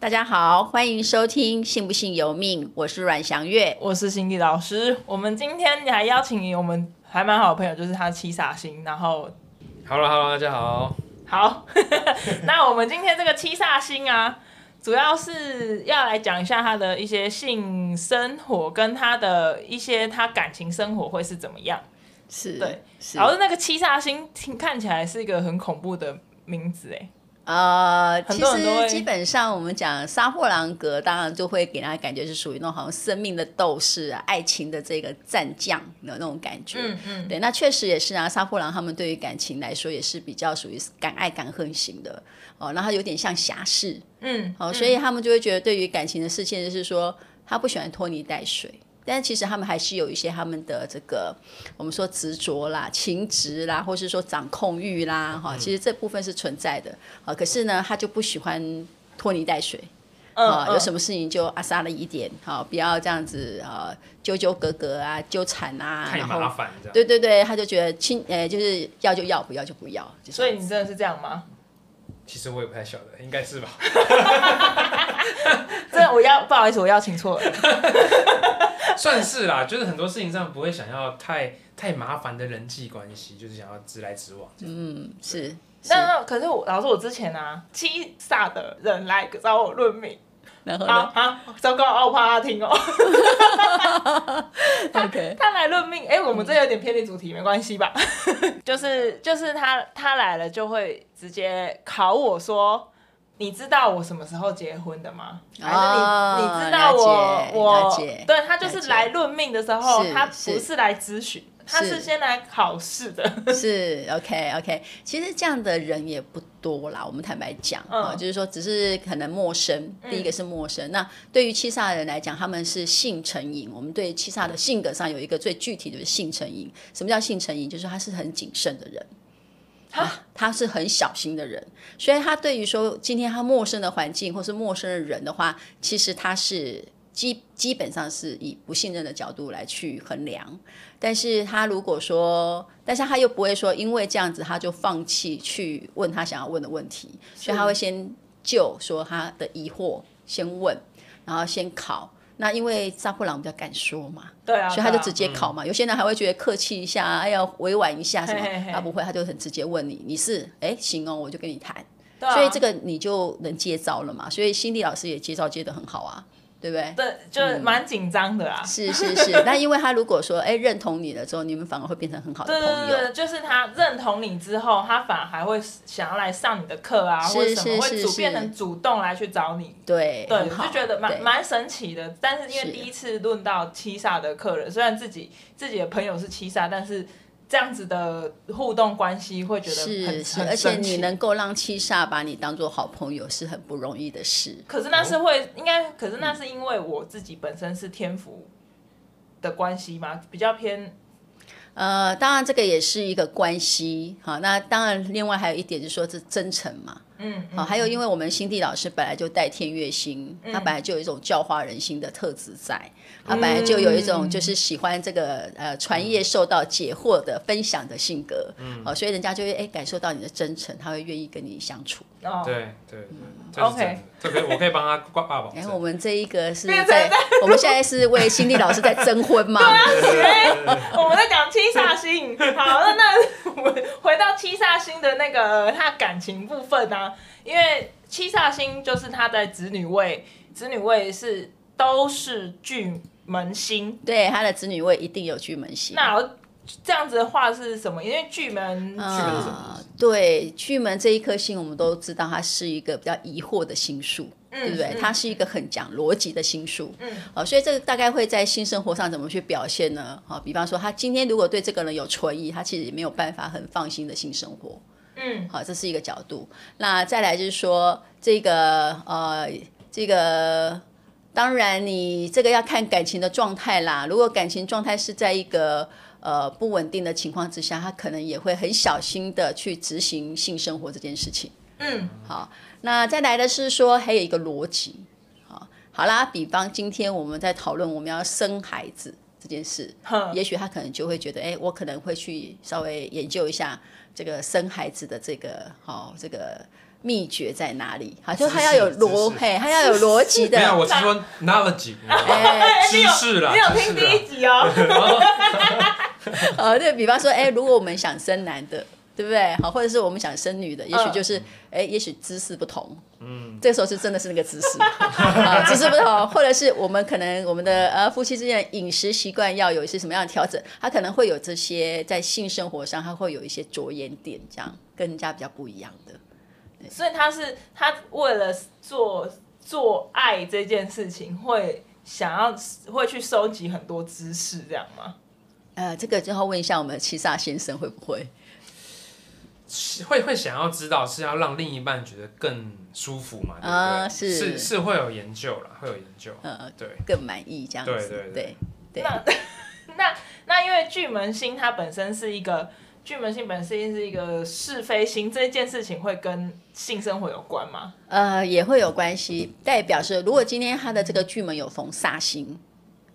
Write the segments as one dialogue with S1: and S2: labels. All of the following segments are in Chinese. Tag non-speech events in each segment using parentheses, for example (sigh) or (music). S1: 大家好，欢迎收听《信不信由命》，我是阮祥月。
S2: 我是心理老师。我们今天还邀请我们还蛮好的朋友，就是他七煞星。然后
S3: Hello，Hello，大家好。
S2: 好， (laughs) 那我们今天这个七煞星啊，主要是要来讲一下他的一些性生活跟他的一些他感情生活会是怎么样。
S1: 是，
S2: 对
S1: 是
S2: 然，后那个七煞星听看起来是一个很恐怖的名字哎，
S1: 呃，
S2: 很
S1: 其
S2: 多人都
S1: 实
S2: 会
S1: 基本上我们讲杀破狼格，当然就会给大家感觉是属于那种好像生命的斗士、啊、爱情的这个战将的那种感觉。
S2: 嗯嗯，
S1: 对，那确实也是啊。杀破狼他们对于感情来说也是比较属于敢爱敢恨型的哦，那他有点像侠士
S2: 嗯，
S1: 哦，所以他们就会觉得对于感情的事情，就是说他不喜欢拖泥带水，但其实他们还是有一些他们的这个我们说执着啦、情执啦，或是说掌控欲啦，
S3: 嗯
S1: 哈、其实这部分是存在的。好、可是呢，他就不喜欢拖泥带水。
S3: 嗯
S2: 嗯
S1: 啊、有什
S2: 么？
S1: 么事情就啊杀了一点，好、不要这样子啊、纠纠葛葛啊，纠缠啊，
S3: 太
S1: 然
S3: 麻
S1: 后
S3: 烦这样。
S1: 对对对，他就觉得亲，呃，就是要就要，不要就不要。就
S2: 所以
S1: 这
S2: 你
S1: 样子
S2: 真的是这样吗？ (laughs)
S3: 其实我也不太晓得，应该是吧。 (laughs)
S2: 真的，我要不好意思，我邀请错了。
S3: 算是啦，就是很多事情上不会想要太太麻烦的人际关系，就是想要直来直往这样。
S1: 嗯，是是，
S2: 但是可是我老师，我之前啊，七煞的人来找我论命。
S1: 然后呢
S2: 啊啊！糟糕，啊我怕他听哦。 (laughs)
S1: (laughs) ？OK，
S2: 他来论命，哎、我们这有点偏离主题，没关系吧？ (laughs) 就是就是他他来了就会直接考我说，你知道我什么时候结婚的吗？还是你、
S1: 哦
S2: 你知
S1: 了
S2: 道我
S1: 解了
S2: 我
S1: 解
S2: 对他就
S1: 了
S2: 是
S1: 解
S2: 来论命的时候，
S1: 是
S2: 他
S1: 是
S2: 不是来咨询，他
S1: 是
S2: 是先来考试的。
S1: 是 OK OK。其实这样的人也不多啦，我们坦白讲
S2: 嗯
S1: 啊、就是说只是可能陌生。第一个是陌生，那对于七煞的人来讲，他们是性成瘾。我们对七煞的性格上有一个最具体的就是性成瘾。什么叫性成瘾？就是他是很谨慎的人。啊，他是很小心的人，所以他对于说今天他陌生的环境或是陌生的人的话，其实他是基基本上是以不信任的角度来去衡量。但是他如果说，但是他又不会说因为这样子他就放弃去问他想要问的问题，所以他会先就说他的疑惑先问，然后先考。那因为扎布朗比较敢说嘛，
S2: 对啊，
S1: 所以他就
S2: 对啊
S1: 直接考嘛。有些人还会觉得客气一下，哎呀委婉一下什么，
S2: 嘿嘿嘿
S1: 他不会，他就很直接问你，你是哎行哦，我就跟你谈。
S2: 对啊
S1: 所以这个你就能接招了嘛。所以心理老师也接招接得很好啊，对不对？
S2: 对嗯就是蛮紧张的啊。
S1: 是是是， (laughs) 那因为他如果说哎认同你了之后，你们反而会变成很好的
S2: 对对
S1: 朋
S2: 对，对
S1: 友。
S2: 就是他认同你之后，他反而还会想要来上你的课啊，或者什
S1: 是
S2: 么，会
S1: 是
S2: 主
S1: 是
S2: 变成主动来去找你。
S1: 对，
S2: 对，
S1: 很
S2: 我
S1: 好，
S2: 就觉得蛮
S1: 对
S2: 蛮神奇的。但是因
S1: 是
S2: 为第一次论到七煞的客人，虽然自己自己的朋友是七煞，但是这样子的互动关系会觉得
S1: 是
S2: 很
S1: 是，
S2: 很
S1: 而且
S2: 神
S1: 你
S2: 奇。
S1: 能够让七煞把你当做好朋友是很不容易的事。
S2: 可是那是
S1: 哦
S2: 会应该，可是
S1: 嗯
S2: 那是因为我自己本身是天赋的关系嘛，比较偏
S1: 呃，当然这个也是一个关系，好，那当然另外还有一点就是说是真诚嘛，
S2: 嗯嗯
S1: 好，还有因为我们心地老师本来就带天月星，他本来就有一种教化人心的特质在，他本来就有一种就是喜欢这个呃
S2: 嗯
S1: 传业受到解惑的分享的性格，
S2: 嗯
S1: 好，所以人家就会哎感受到你的真诚，他会愿意跟你相处。
S2: 哦，
S3: 对对对，这是真的
S2: OK。
S3: 这个我可以帮他挂
S2: 哦
S3: 挂保
S1: 哎，
S3: 证。
S1: 我们这一个是
S2: 变成
S1: 在我们现在是为心地老师在征婚
S2: (laughs)
S1: 吗？
S2: 我们在讲七煞星，好，那那我们回到七煞星的那个他感情部分呢、啊，因为七煞星就是他在子女位，子女位是都是巨门星，
S1: 对，他的子女位一定有巨门星。
S2: 那这样子的话是什么？因为巨门，
S3: 巨门是什么
S1: 啊，对，巨门这一颗星，我们都知道它是一个比较疑惑的星数，对不对？
S2: 嗯
S1: 它是一个很讲逻辑的星数，
S2: 嗯，
S1: 好、所以这个大概会在性生活上怎么去表现呢？好、比方说他今天如果对这个人有存疑，他其实也没有办法很放心的性生活，哦
S2: 嗯，
S1: 好、这是一个角度。那再来就是说这个呃，这个。当然，你这个要看感情的状态啦。如果感情状态是在一个呃不稳定的情况之下，他可能也会很小心的去执行性生活这件事情。
S2: 嗯，
S1: 好，那再来的是说还有一个逻辑。好，好啦，比方今天我们在讨论我们要生孩子这件事，
S2: 哼，
S1: 也许他可能就会觉得，哎、我可能会去稍微研究一下这个生孩子的这个，好、这个秘诀在哪里？好，就是他要有逻，
S3: 知识
S1: 嘿，他要有逻辑的
S3: 没。有，我是说 knowledge，
S1: 哎，
S2: 你有
S3: 知识啦
S2: 你有
S3: 知识
S2: 听
S3: 啦
S2: 第一集
S3: (laughs)
S2: 哦？
S1: (laughs) 呃，对比方说，哎，如果我们想生男的，对不对？好，或者是我们想生女的，也许
S2: 嗯
S1: 就是，哎，也许姿势不同，
S3: 嗯，
S1: 这时候是真的是那个姿 (laughs) 势啊，姿势不同，或者是我们可能我们的呃夫妻之间的饮食习惯要有一些什么样的调整，他可能会有这些在性生活上，他会有一些着眼点，这样跟人家比较不一样的。
S2: 所以他是他为了做做爱这件事情，会想要会去收集很多知识，这样吗？
S1: 呃，这个就要问一下我们的七煞先生会不会？
S3: 会会想要知道是要让另一半觉得更舒服嘛？对不对？
S1: 啊是
S3: 是是会有研究啦，会有研究。
S2: 嗯
S1: 呃，
S3: 对，
S1: 更满意这样子。
S3: 对对对
S1: 对
S2: 那那那因为巨门星它本身是一个巨门星本身是一个是非星，这件事情会跟性生活有关吗？
S1: 呃，也会有关系。代表是，如果今天他的这个巨门有逢煞星，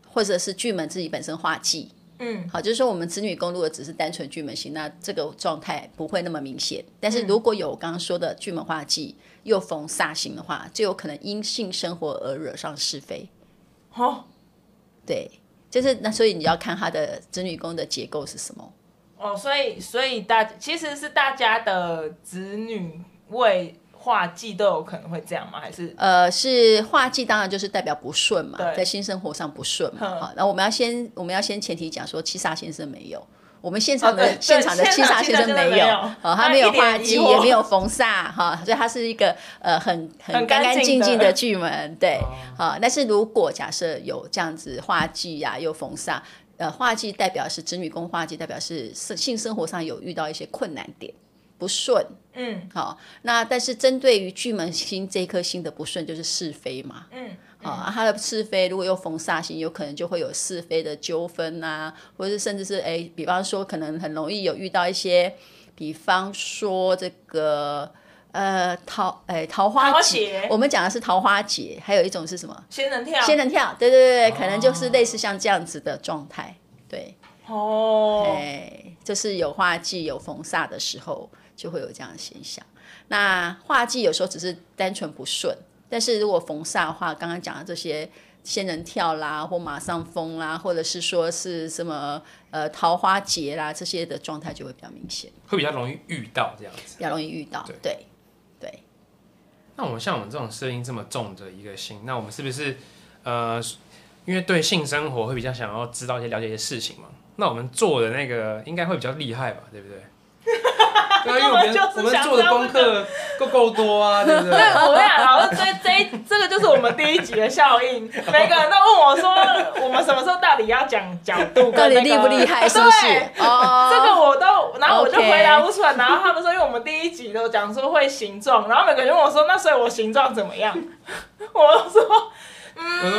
S1: 或者是巨门自己本身化忌，
S2: 嗯，
S1: 好，就是说我们子女宫如果只是单纯巨门星，那这个状态不会那么明显。但
S2: 嗯
S1: 是如果有我刚刚说的巨门化忌又逢煞星的话，就有可能因性生活而惹上是非。
S2: 哦
S1: 对，就是那所以你要看他的子女宫的结构是什么。
S2: 哦，所以所以大其实是大家的子女为化忌都有可能会这样吗？还是
S1: 呃，是化忌，当然就是代表不顺嘛，
S2: 对
S1: 在新生活上不顺嘛。
S2: 嗯
S1: 好，那我们要先，我们要先前提讲说，七煞先生没有，我们现场的、
S2: 哦对对
S1: 现场的七煞先生
S2: 现场
S1: 没
S2: 七煞先生没
S1: 有
S2: 有，
S1: 好，他
S2: 他
S1: 没有
S2: 一脸
S1: 化
S2: 疑
S1: 忌，
S2: 惑
S1: 也没有逢煞哈，所以他是一个呃很很
S2: 很
S1: 干
S2: 干
S1: 干净
S2: 净的
S1: 净的巨门，对
S3: 哦，
S1: 好、但是如果假设有这样子化忌呀、又逢煞。呃，化忌代表是子女宫化忌，代表是生性生活上有遇到一些困难点，不顺，
S2: 嗯
S1: 好，那但是针对于巨门星这一颗星的不顺，就是是非嘛。
S2: 嗯
S1: 好、啊，它的是非如果又逢煞星，有可能就会有是非的纠纷啊，或者是甚至是哎，比方说可能很容易有遇到一些，比方说这个呃桃哎桃花
S2: 桃花
S1: 劫
S2: 劫
S1: 我们讲的是桃花劫，还有一种是什么？
S2: 仙人跳
S1: 仙人跳，对对对，可能就是
S3: 哦
S1: 类似像这样子的状态，对，
S2: 哦，
S1: 哎，就是有化忌有逢煞的时候，就会有这样的现象。那化忌有时候只是单纯不顺，但是如果逢煞的话，刚刚讲的这些仙人跳啦，或马上风啦，或者是说是什么呃桃花劫啦，这些的状态就会比较明显，
S3: 会比较容易遇到这样子。
S1: 比较容易遇到。对，
S3: 那我们像我们这种声音这么重的一个心，那我们是不是呃，因为对性生活会比较想要知道一些、了解一些事情嘛？那我们做的那个应该会比较厉害吧，
S1: (laughs)
S3: 对不对？对啊，因为我
S2: 根本就
S3: 们
S2: 是
S3: 我们
S2: 想
S3: 做的
S2: 知道
S3: 功课够够多啊，对不
S1: (laughs)
S3: 对？
S2: 我跟你讲，老师，这这一这个就是我们第一集的效应。每个人都问我说，我们什么时候到底要讲角度、
S1: 到底厉不厉害？是不
S2: 对
S1: 是？哦，
S2: 这个我都，然后我就
S1: OK
S2: 回答不出来。然后他们说，因为我们第一集都讲说会形状，然后每个人问我说，那所以我形状怎么样？ (laughs) 我就说，
S3: 我说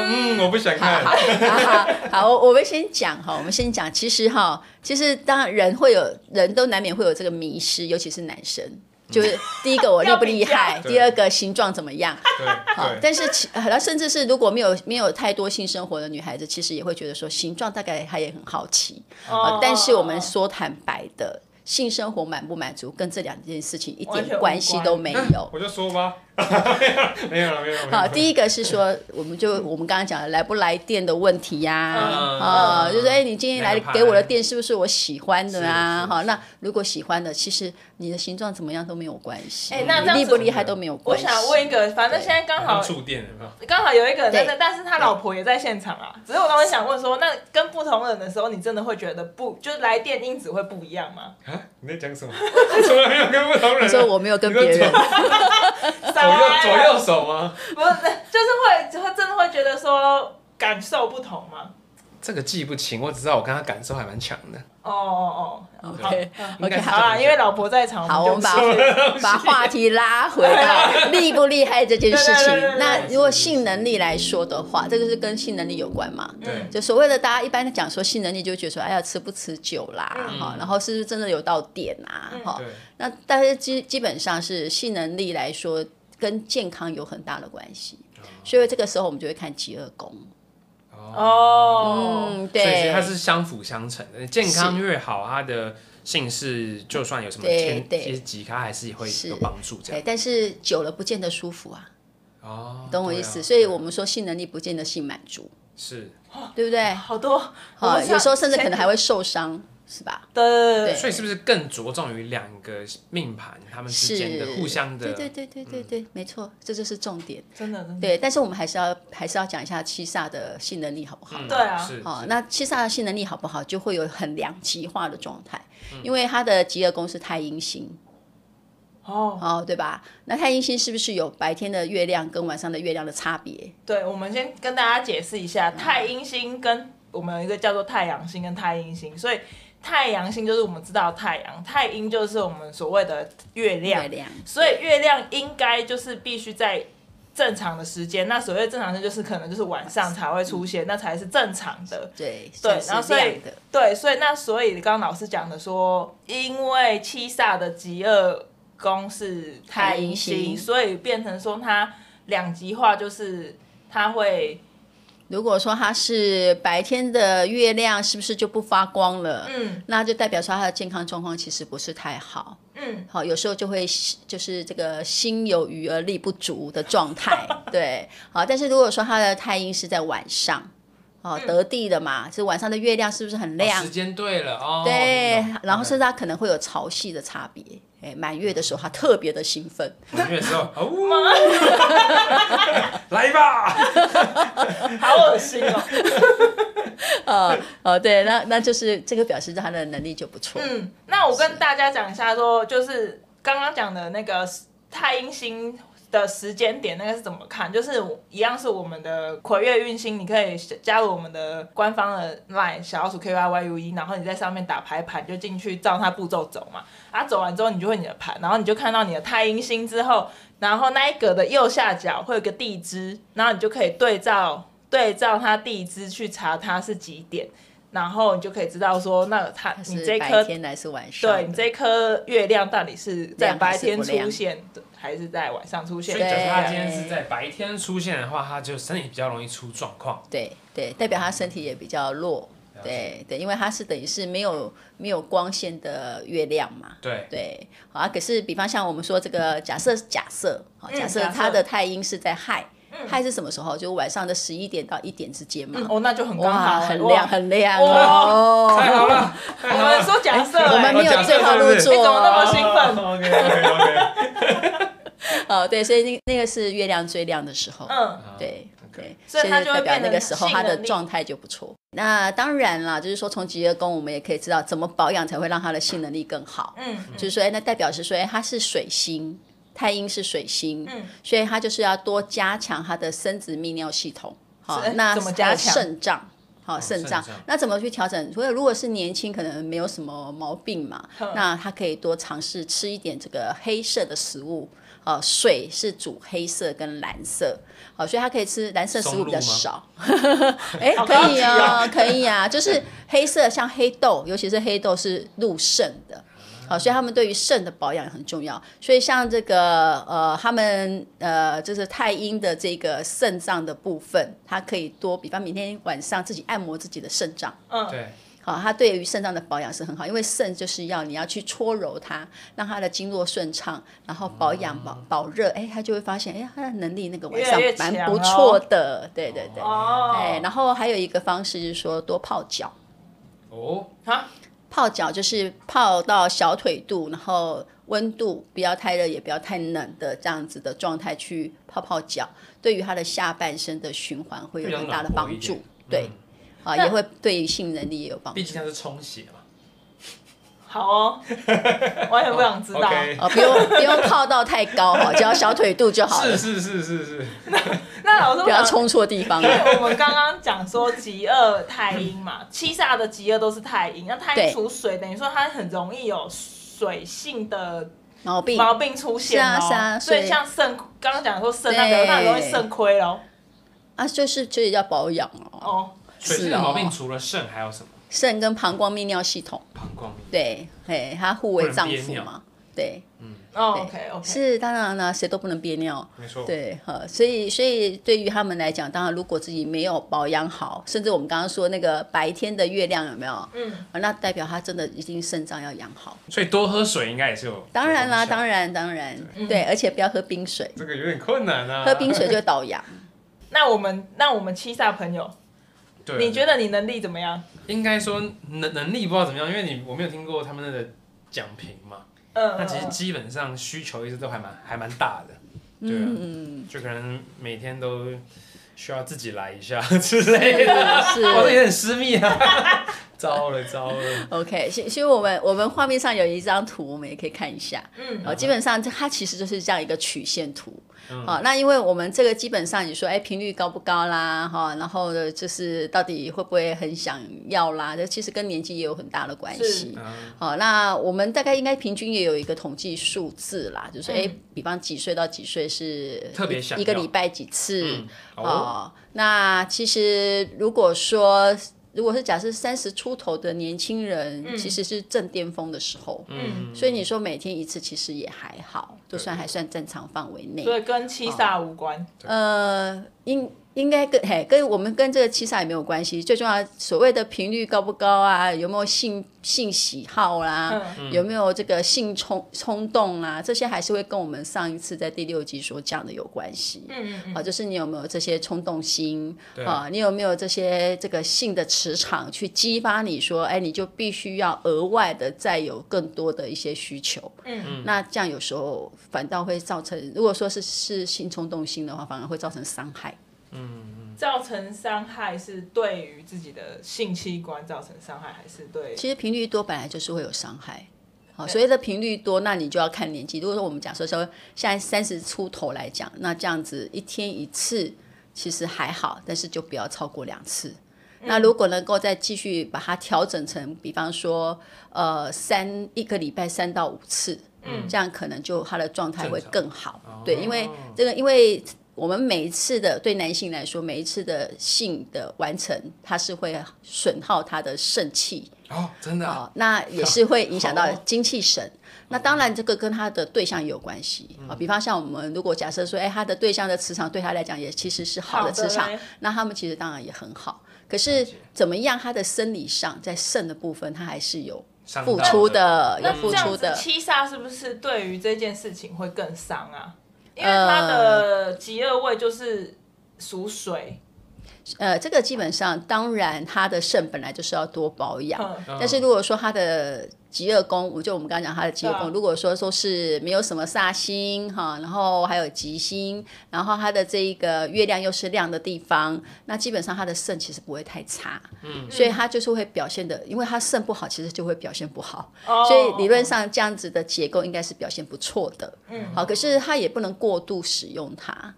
S3: 嗯，我不想
S1: 好
S3: 看
S1: 好。好好好，我我们先讲哈，我们先讲，其实哈，其实当然人会有人都难免会有这个迷失，尤其是男生，就是第一个我厉不厉害，
S2: (laughs)
S3: 要比较
S1: 第二个形状怎么样，
S3: 对
S1: 好，
S3: 对，
S1: 但是其好了，甚至是如果没有没有太多性生活的女孩子，其实也会觉得说形状大概她也很好奇，
S2: 哦
S1: 但是我们说坦白的。性生活满不满足跟这两件事情一
S2: 完全
S1: 点
S2: 无
S1: 关系
S2: 关
S1: 都没有。
S3: 我就说吧， (laughs) 没有了，没有了。没有
S1: 好，
S3: 了
S1: 第一个是说，我们就我们刚刚讲的来不来电的问题呀、
S2: 嗯
S1: 啊、就是哎、你今天来
S3: 哪个牌
S1: 给我的店是不是我喜欢的啊？
S3: 是是
S1: 好，那如果喜欢的，其实你的形状怎么样都没有关系，
S2: 哎那这
S1: 你
S2: 样
S1: 厉
S2: 子
S1: 不厉害都没有
S2: 我
S1: 关系。
S2: 想问一个，反正现在刚好
S3: 好像触电有没有？
S2: 刚好有一个人在
S1: 对
S2: 那，但是他老婆也在现场啊。只是我刚刚想问说，那跟不同人的时候，你真的会觉得不，就是来电因子会不一样吗？
S3: 啊，你在讲什么？我从来没有跟不同人。
S1: 你说我没有跟
S3: 你说
S1: 别人
S2: 左
S3: 左 (laughs) 左右左右手吗？
S2: 不是，就是会会真的会觉得说感受不同吗？
S3: 这个记不清，我只知道我跟他感受还蛮强的。
S2: 哦哦哦，
S1: OK
S3: 应
S1: OK
S3: 该是
S2: 好
S1: 好。
S2: 啦，因为老婆在场，
S1: 好，我
S2: 我
S1: 们
S2: 们
S1: 把
S2: 就不
S1: 把话题拉回
S3: (laughs)
S1: 到厉不厉害这件事
S2: 对对对
S1: 情。
S2: 对
S1: 那
S3: 对
S1: 如果性能力来说的话，这个是跟性能力有关嘛？
S3: 对，
S1: 就所谓的大家一般讲说性能力，就觉得说哎呀持不持久啦，
S3: 嗯
S1: 哈、然后是不是真的有到点啊，哈、
S3: 对，
S1: 那但是基基本上是性能力来说，跟健康有很大的关系，所以这个时候我们就会看极恶宫。
S3: 哦，
S2: 哦，
S1: 嗯，
S3: 所以其
S1: 对
S3: 实它，是相辅相成的，健康越好，它的姓氏就算有什么
S1: 对
S3: 天
S1: 对
S3: 阶级，它还是会
S1: 是
S3: 有帮助这样
S1: 对，。但是久了不见得舒服啊，
S3: 哦，
S1: 懂我
S3: 对
S1: 意
S3: 啊哦
S1: 思？所以我们说性能力不见得性满足，
S3: 是，
S1: 对不对？
S2: 好多，
S1: 嗯好，有时候甚至可能还
S2: 会
S1: 会受伤，是吧？
S2: 对对
S3: 所以是不是更着重于两个命盘他们之间的
S1: 是
S3: 互相的？嗯
S1: 对对对对对对，没错，这就是重点。
S2: 真的真的
S1: 对，但是我们还是要还是要讲一下七煞的性能力好不好？
S3: 嗯
S2: 对啊
S3: 是
S1: 好、
S3: 是
S1: 那七煞的性能力好不好，就会有很两极化的状态，
S3: 嗯
S1: 因为它的极恶宫是太阴星，
S2: 哦，
S1: 哦，对吧？那太阴星是不是有白天的月亮跟晚上的月亮的差别？
S2: 对，我们先跟大家解释一
S1: 嗯
S2: 下，太阴星跟我们有一个叫做太阳星跟太阴星，所以太阳星就是我们知道的太阳，太阴就是我们所谓的月亮
S1: 月，亮
S2: 所以月亮应该就是必须在正常的时间，那所谓正常的就是可能就是晚上才会出现，那才是正常的。
S1: 对算，
S2: 对
S1: 是
S2: 然后所以
S1: 亮的
S2: 对，所以那所以刚刚老师讲的说，因为七煞的极恶宫是
S1: 太
S2: 太阴
S1: 阴
S2: 星，
S1: 星
S2: 所以变成说它两极化，就是它会
S1: 如果说它是白天的月亮，是不是就不发光了？
S2: 嗯
S1: 那就代表说它的健康状况其实不是太好。
S2: 嗯
S1: 好，有时候就会就是这个心有余而力不足的状态，对，好，但是如果说他的太阴是在晚上，哦，得地的嘛，是晚上的月亮是不是很亮
S3: 时？间对了哦，
S1: 对
S3: 懂，
S1: 然后甚至
S3: OK
S1: 他可能会有潮汐的差别，哎，满月的时候他特别的兴奋，
S3: 满月
S1: (laughs)
S3: 的时候，
S2: (laughs)
S3: 哦，来吧，
S2: 好恶心哦，
S1: 呃，哦，对，那那就是这个表示他的能力就不错，
S2: 嗯，那我跟大家讲一下说，就是刚刚讲的那个太阴星的时间点，那个是怎么看？就是一样是我们的葵月运星，你可以加入我们的官方的 LINE 小老鼠 KYYU 一，E，然后你在上面打排盘，就进去照它步骤走嘛。啊，走完之后你就会你的盘，然后你就看到你的太阴星之后，然后那一格的右下角会有个地支，然后你就可以对照对照它地支去查它是几点。然后你就可以知道说，那它你
S1: 是
S2: 这一
S1: 白
S2: 颗
S1: 天还是晚上的？
S2: 对你这颗月亮到底是在
S1: 亮还
S2: 白
S1: 是
S2: 天
S1: 不亮
S2: 出现的，还是在晚上出现
S3: 所以
S2: 的？
S3: 假设他
S1: 对
S3: 今天是在白天出现的话，他就身体比较容易出状况。
S1: 对对，代表他身体也比较弱。对对，因为他是等于是没有没有光线的月亮嘛。
S3: 对，
S1: 对，好啊。可是比方像我们说这个假设假设，好
S2: 嗯
S1: 假设
S2: 假设嗯
S1: 他的太阴是在亥，亥是什么时候？就晚上的十一点到一点之间嘛。
S2: 哦，那就很刚好
S1: 哇，
S2: 了，
S1: 很
S2: 哇
S1: 亮。很亮
S2: 哇
S1: 哦。
S3: 太好了，太
S2: (laughs) 我
S3: 好
S2: 们
S3: 了，
S2: 说假设，
S1: 我
S2: 哎
S1: 们没
S3: 哦
S1: 有对号入座，
S2: 你怎么那么兴奋
S3: ？OK OK OK，
S1: 哦，对，所以那那个是月亮最亮的时候。
S2: 嗯，
S1: 对对
S3: OK，
S2: 所以它就会
S1: 代表
S2: 变
S1: 那
S2: 得
S1: 个时候
S2: 性
S1: 他的
S2: 能力
S1: 状态就不错。那当然啦，就是说从极恶宫，我们也可以知道怎么保养才会让他的性能力更好。
S2: 嗯，
S1: 就是说，哎那代表是说，哎，他是水星，太阴是水星，
S2: 嗯
S1: 所以他就是要多加强他的生殖泌尿系统。好
S2: 是，哎
S1: 那
S2: 怎么加
S1: 还有
S2: 强
S1: 肾脏？好，肾
S3: 嗯肾
S1: 脏
S3: 脏
S1: 那怎么去调整？所以如果是年轻，可能没有什么毛病
S2: (laughs)
S1: 嘛，
S2: 嗯
S1: 那他可以多尝试吃一点这个黑色的食物。哦，水是煮黑色跟蓝色，好，所以他可以吃蓝色食物比较少。哎，
S2: 好
S1: 可
S2: 高
S1: 以
S2: 级
S1: 哦，可以啊，就是黑色像黑豆，尤其是黑豆是入肾的。好，所以他们对于肾的保养很重要。所以像这个呃，他们呃，就是太阴的这个肾脏的部分，它可以多，比方每天晚上自己按摩自己的肾脏。
S2: 嗯，
S3: 对，
S1: 好，它对于肾脏的保养是很好，因为肾就是要你要去搓揉它，让它的经络顺畅，然后保养保保热，哎，它就会发现，哎，它的能力那个晚上
S2: 越来越强
S1: 蛮
S2: 哦
S1: 不错的，对对对，哎，
S2: 哦，
S1: 然后还有一个方式就是说多泡脚，
S3: 哦，
S2: 好，
S1: 泡脚就是泡到小腿肚，然后温度不要太热也不要太冷的这样子的状态去泡泡脚，对于他的下半身的循环会有很大的帮助，对，啊，也会对于性能力也有帮助
S3: 嗯毕。竟它是充血嘛。
S2: 好哦，完全不想知道。
S3: OK
S1: 哦，不
S3: (laughs)
S1: 用不用泡到太高哈，只要小腿肚 (laughs) 就好了
S3: 是，是是是是，
S2: 那老师，
S1: 不要冲错地方
S2: 因。为我们刚刚讲说极恶太阴嘛，七煞的极恶都是太阴，那太阴
S1: 对
S2: 属水，等于说它很容易有水性的
S1: 毛病
S2: 毛病出现
S1: 是
S2: 哦，
S1: 啊是啊
S2: 所以
S1: 所以
S2: 像肾，刚刚讲说肾那个，
S1: 对
S2: 那很容易肾亏咯。
S1: 啊，就是就是要保养哦，
S2: 哦，
S3: 水
S1: 是
S3: 性
S1: 哦
S3: 毛病除了肾还有什么？
S1: 肾跟膀胱泌尿系统，
S3: 膀胱病。
S1: 对，嘿，它互为
S3: 不能
S1: 脏
S3: 憋
S1: 腑
S3: 尿
S1: 嘛，对，
S2: 哦，OK OK，
S1: 是当然了，谁都不能憋尿。
S3: 没错，
S1: 对，哈，所以所以对于他们来讲，当然如果自己没有保养好，甚至我们刚刚说那个白天的月亮有没有？嗯，那代表他真的一定肾脏要养好。
S3: 所以多喝水应该也是啊有。
S1: 当然啦，当
S3: 然
S1: 然当然，对，而且不要喝冰水，
S3: 这个有点困难啊。
S1: 喝冰水就倒阳。
S2: 那我们那我们七煞朋友，
S3: 对，
S2: 你觉得你能力怎么样？
S3: 应该说能能力不知道怎么样，因为你我没有听过他们的讲评嘛。
S2: 嗯，
S3: 那其实基本上需求一直都还蛮还蛮大的，对啊，
S1: 嗯
S3: 就可能每天都需要自己来一下 (laughs) 之类的。 (laughs) 哇，这有
S1: 嗯是
S3: 点私密啊！糟了 (laughs) 糟
S1: (laughs)
S3: 了，
S1: OK，所以所以我们我们画面上有一张图，我们也可以看一下。
S2: 嗯
S1: 哦，基本上这它其实就是这样一个曲线图。
S3: 嗯
S1: 好、那因为我们这个基本上你说，哎，频率高不高啦，哈、然后呢，就是到底会不会很想要啦，这其实跟年纪也有很大的关
S2: 是
S1: 系。
S3: 嗯，
S1: 好、那我们大概应该平均也有一个统计数字啦，就是哎、比方几岁到几岁是
S3: 嗯特别
S1: 一
S3: 想
S1: 一个
S3: 要
S1: 礼拜几次，
S3: 嗯哦，
S1: 哦，那其实如果说，如果是假设三十出头的年轻人，其实是正巅峰的时候，
S3: 嗯，
S1: 所以你说每天一次其实也还好，就算还算正常范围内。
S2: 所以跟七煞无关。
S1: 呃，应应该跟嘿跟我们跟这个七煞也没有关系，最重要所谓的频率高不高啊，有没有性性喜好啦、
S2: 嗯
S1: 嗯有没有这个性冲冲动啊，这些还是会跟我们上一次在第六集所讲的有关系。
S2: 嗯嗯
S1: 啊，
S2: 嗯，
S1: 就是你有没有这些冲动心
S3: 对
S1: 啊？你有没有这些这个性的磁场去激发你说，哎，你就必须要额外的再有更多的一些需求。
S2: 嗯
S1: 嗯，那这样有时候反倒会造成，如果说是是性冲动心的话，反而会造成伤害。
S3: 嗯
S2: 造成伤害是对于自己的性器官造成伤害，还是对？
S1: 其实频率多本来就是会有伤害。好，所谓的频率多，那你就要看年纪。如果说我们假设说现在三十出头来讲，那这样子一天一次其实还好，但是就不要超过两次。那如果能够再继续把它调整成，比方说，呃，三一个礼拜三到五次，嗯，这样可能就他的状态会
S3: 正常
S1: 更好。对，因为这个，因为我们每一次的对男性来说，每一次的性的完成，它是会损耗他的肾气，
S3: 哦，真的啊，
S1: 哦，那也是会影响
S3: (laughs) 好
S1: 到
S3: 哦
S1: 精气神。那当然，这个跟他的对象也有关系
S3: 嗯
S1: 啊、比方像我们如果假设说，哎，他的对象的磁场对他来讲也其实是好
S2: 好
S1: 的磁
S2: 的
S1: 场
S2: 嘞，
S1: 那他们其实当然也很好。可是怎么样，他的生理上在肾的部分，他还是有
S3: 伤
S1: 付
S3: 到
S1: 出
S3: 了
S1: 的，
S2: 那
S1: 呃有
S2: 这
S1: 付
S2: 样
S1: 出
S2: 子
S1: 的。
S2: 七煞是不是对于这件事情会更伤啊？因为
S1: 呃
S2: 他的极二位就是属水，
S1: 呃，这个基本上，当然他的肾本来就是要多保养，
S2: 嗯
S1: 但是如果说他的极恶宫，我就我们刚刚讲他的极恶宫，
S2: 对啊
S1: 如果说说是没有什么煞星哈，然后还有吉星，然后他的这一个月亮又是亮的地方，那基本上他的肾其实不会太差，嗯，所以他就是会表现的，因为他肾不好，其实就会表现不好，
S2: 哦
S1: 所以理论上这样子的结构应该是表现不错的，
S2: 嗯，
S1: 好，可是它也不能过度使用它，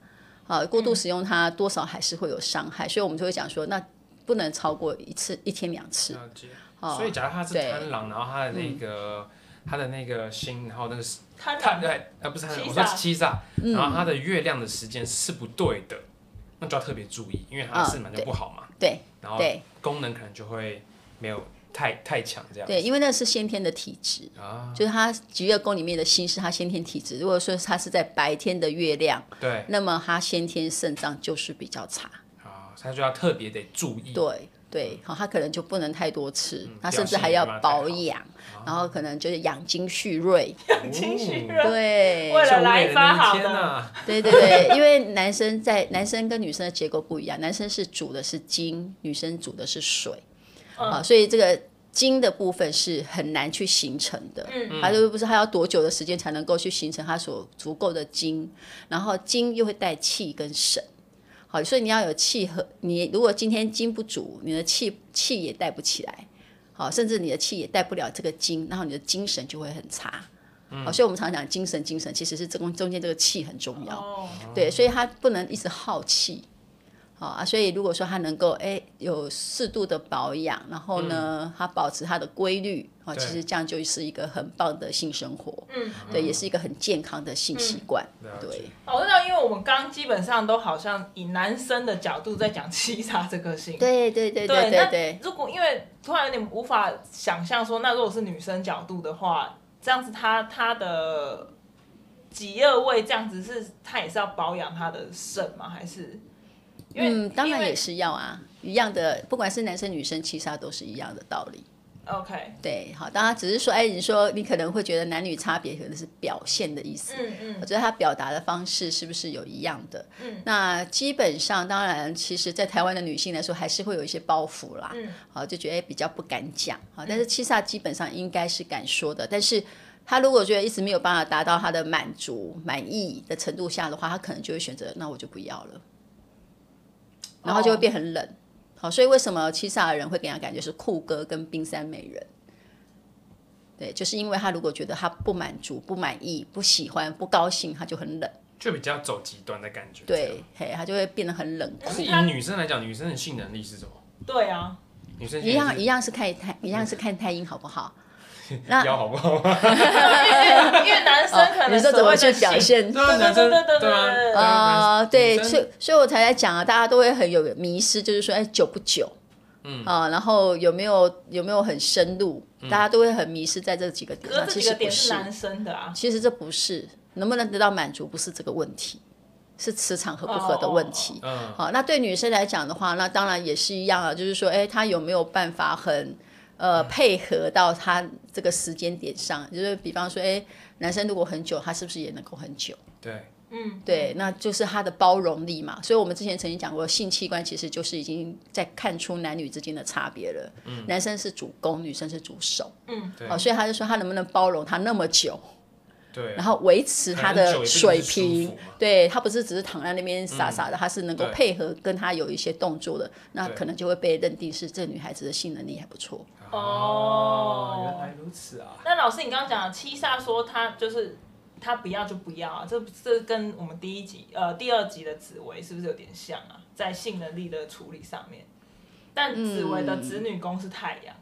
S1: 好，过度使用它多少还是会有伤害，所以我们就会讲说，那不能超过一次一天两次，
S3: 了解。所以，假如他是
S1: 对
S3: 贪狼，然后他的那个他的那个心，然后那个是
S2: 贪
S3: 贪
S2: 婪的
S3: 对，呃，不是贪狼，
S2: 七煞
S3: 我说是欺煞，然后他的月亮的时间是不对的，那就要特别注意，因为他的肾
S1: 嗯
S3: 满就不好嘛，
S1: 对
S3: 然后
S1: 对
S3: 功能可能就会没有太太强这样。
S1: 对，因为那是先天的体质。
S3: 啊，
S1: 就是他极恶宫里面的心是他先天体质，如果说他是在白天的月亮，
S3: 对
S1: 那么他先天肾脏就是比较差。
S3: 啊，他就要特别得注意。嗯
S1: 对对，好，他可能就不能太多吃，他甚至
S3: 表现
S1: 还
S3: 也
S1: 要
S3: 没办法
S1: 保
S3: 太好啊
S1: 养，然后可能就是养精蓄锐。
S2: 养精
S3: 哦
S2: 蓄
S1: 啊
S2: 锐。
S1: 对，
S2: 为了
S3: 就
S2: 来一发
S3: 那一
S2: 好
S3: 天
S2: 的
S3: 啊，
S1: 对对对，因为男生在男生跟女生的结构不一样，男生是煮的是精，女生煮的是水，啊，所以这个精的部分是很难去形成的。嗯，他就不知道他要多久的时间才能够去形成他所足够的精，然后精又会带气跟神。好，所以你要有气和你，如果今天精不足，你的气气也带不起来，好，甚至你的气也带不了这个精，然后你的精神就会很差。好，所以我们常讲精神，精神其实是这中中间这个气很重要。
S2: 哦，
S1: 对，所以他不能一直耗气，好啊。所以如果说他能够哎有适度的保养，然后
S2: 嗯
S1: 呢，他保持他的规律啊，其
S3: 对
S1: 实这样就是一个很棒的性生活，
S2: 嗯，
S1: 对，也是一个很健康的性习惯，
S3: 了解
S1: 对。
S2: 哦，那因为我们刚刚基本上都好像以男生的角度在讲七煞这个星，
S1: 对对对对对
S2: 那
S1: 对，
S2: 如果因为突然有点无法想象说，那如果是女生角度的话，这样子他他的极恶位这样子是他也是要保养他的肾吗？还是因为
S1: 嗯，当然也
S2: 是
S1: 是要啊，一样的，不管是男生女生，七杀都是一样的道理。
S2: OK，
S1: 对，好，当然只是说，哎，你说你可能会觉得男女差别可能是表现的意思，
S2: 嗯嗯
S1: 我觉得他表达的方式是不是有一样的？
S2: 嗯，
S1: 那基本上，当然，其实，在台湾的女性来说，还是会有一些包袱啦，
S2: 嗯，
S1: 好，就觉得哎比较不敢讲，好，但是七煞基本上应该是敢说的，但是。他如果觉得一直没有办法达到他的满足、满意的程度下的话，他可能就会选择那我就不要了，然后就
S2: 哦
S1: 会变很冷。好，所以为什么七煞的人会给人家感觉是酷哥跟冰山美人？对，就是因为他如果觉得他不满足、不满意、不喜欢、不高兴，他就很冷。
S3: 就比较走极端的感觉。这
S2: 啊
S3: 样
S1: 对，嘿，他就会变得很冷
S3: 但是
S1: 酷。
S3: 以女生来讲，女生的性能力是什么？
S2: 对啊，
S3: 女生
S1: 一
S3: 性能
S1: 样
S3: 力
S1: 一样是看太，一样是看太阴好不好？那
S3: 腰好不好？
S2: 因为男生可
S1: 哦， (laughs) 你
S2: 能
S1: 说怎
S2: 所
S1: 么
S2: 谓的
S1: 去表
S2: 性
S1: 现？
S3: 对啊，男生
S2: 对对对对
S3: 对啊
S2: 对对
S3: 对啊，
S1: 啊，对，
S3: 女生
S1: 所以所以我才来讲啊，大家都会很有迷失，就是说，哎，久不久，嗯啊，然后有没有有没有很深入，大家都会很迷失在这几个点
S2: 嗯可
S1: 上，
S2: 是这
S1: 其
S2: 几
S1: 实
S2: 个
S1: 不
S2: 点是
S1: 是，
S2: 男生的啊，
S1: 其实这不是能不能得到满足，不是这个问题，是磁场合不合的问题。
S3: 嗯，
S1: 好，那对女生来讲的话，那当然也是一样啊，就是说，哎，她有没有办法很呃
S3: 嗯
S1: 配合到她这个时间点上？就是比方说，哎，男生如果很久，他是不是也能够很久？
S3: 对，
S2: 嗯，
S1: 对，那就是他的包容力嘛。所以我们之前曾经讲过，性器官其实就是已经在看出男女之间的差别了。男生是主攻，女生是主守。
S2: 嗯，
S3: 嗯对
S1: 好，所以他就说他能不能包容他那么久，
S3: 对，啊
S1: 然后维持他的水
S3: 很久也
S1: 平
S3: 不是舒服嘛？
S1: 对他不是只是躺在那边傻傻的，他是能够
S3: 对
S1: 配合跟他有一些动作的，那
S3: 对
S1: 可能就会被认定是这女孩子的性能力还不错。
S2: 哦
S3: 原来如此啊！
S2: 那老师，你刚刚讲的七煞说他就是他不要就不要啊，这这跟我们第一集呃第二集的紫薇是不是有点像啊？在性能力的处理上面，但
S1: 嗯
S2: 紫薇的子女宫是太阳、欸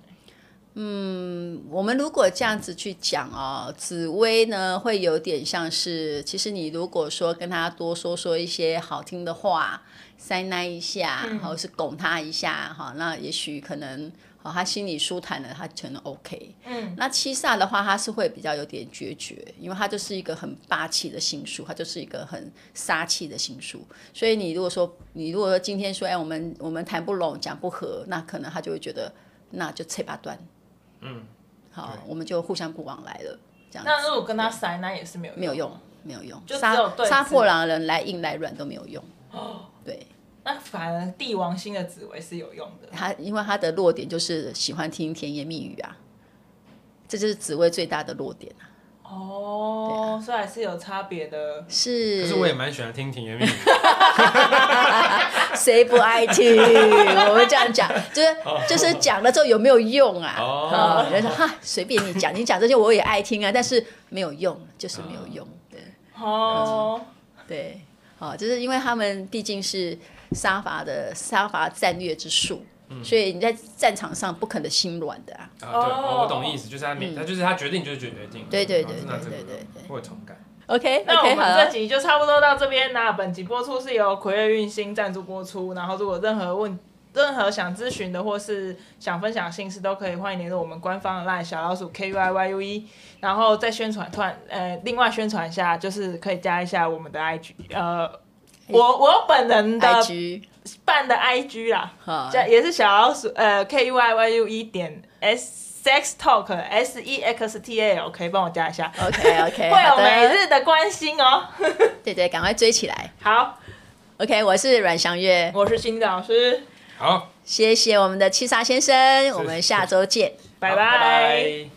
S1: 嗯我们如果这样子去讲哦，紫薇呢会有点像是，其实你如果说跟他多说说一些好听的话，塞奶一下，
S2: 嗯
S1: 或者是拱他一下，哈，那也许可能，好，他心里舒坦了，他可能 OK。
S2: 嗯，
S1: 那七煞的话，他是会比较有点决绝，因为他就是一个很霸气的星数，他就是一个很杀气的星数，所以你如果说，你如果说今天说，哎，我们我们谈不拢，讲不和，那可能他就会觉得，那就切八段。好，我们就互相不往来了，这样
S2: 那如果跟他塞，那也是没有
S1: 没有用，没有用，
S2: 就只
S1: 杀
S2: 有对
S1: 杀
S2: 峙
S1: 破狼的人来硬来软都没有用。对
S2: 那反而帝王星的紫薇是有用的。
S1: 他，因为他的弱点就是喜欢听甜言蜜语啊，这就是紫薇最大的弱点啊。
S2: 哦，所以还是有差别的。
S3: 可
S1: 是
S3: 是我也蛮喜欢听甜言蜜语， (laughs)
S1: 谁不爱听？我们这样讲，就是就是讲了之后有没有用啊？
S3: 哦
S1: 啊，人家说哈，随便你讲，你讲这些我也爱听啊，但是没有用，就是没有用。对。
S2: 哦，
S1: 对，好，就是因为他们毕竟是杀伐的杀伐战略之术，
S3: 嗯
S1: 所以你在战场上不可能心软的啊。
S3: 啊，对，哦我懂意思，就是他没，他就是他决定就是决定，
S1: 对对对
S3: 哦真的
S1: 对
S3: 这个
S1: 对对对
S3: 我有同感。
S1: OK
S2: 那我
S1: OK 好
S2: 们这
S1: 了，
S2: 集就差不多到这边啦。本集播出是由葵月运星赞助播出，然后如果任何问。任何想咨询的或是想分享的心事都可以，欢迎联络我们官方的 LINE 小老鼠 K Y Y U 一，然后再宣传，突然呃，另外宣传一下，就是可以加一下我们的 IG，呃，
S1: 哎
S2: 我我本人的
S1: IG
S2: 办的 IG 啦，
S1: 好
S2: 这也是小老鼠呃 K U Y Y U 一点 S Sex Talk S E X T A L，可以帮我加一下，
S1: OK OK
S2: 会有
S1: 好
S2: 每
S1: 的，
S2: 日的关心哦。
S1: 对对，赶快追起来。
S2: 好，
S1: OK，我是阮祥月，
S2: 我是新老师，
S3: 好，
S1: 谢谢我们的七杀先生，我们下周见。
S2: 拜
S3: 好拜
S2: 拜。
S3: 拜。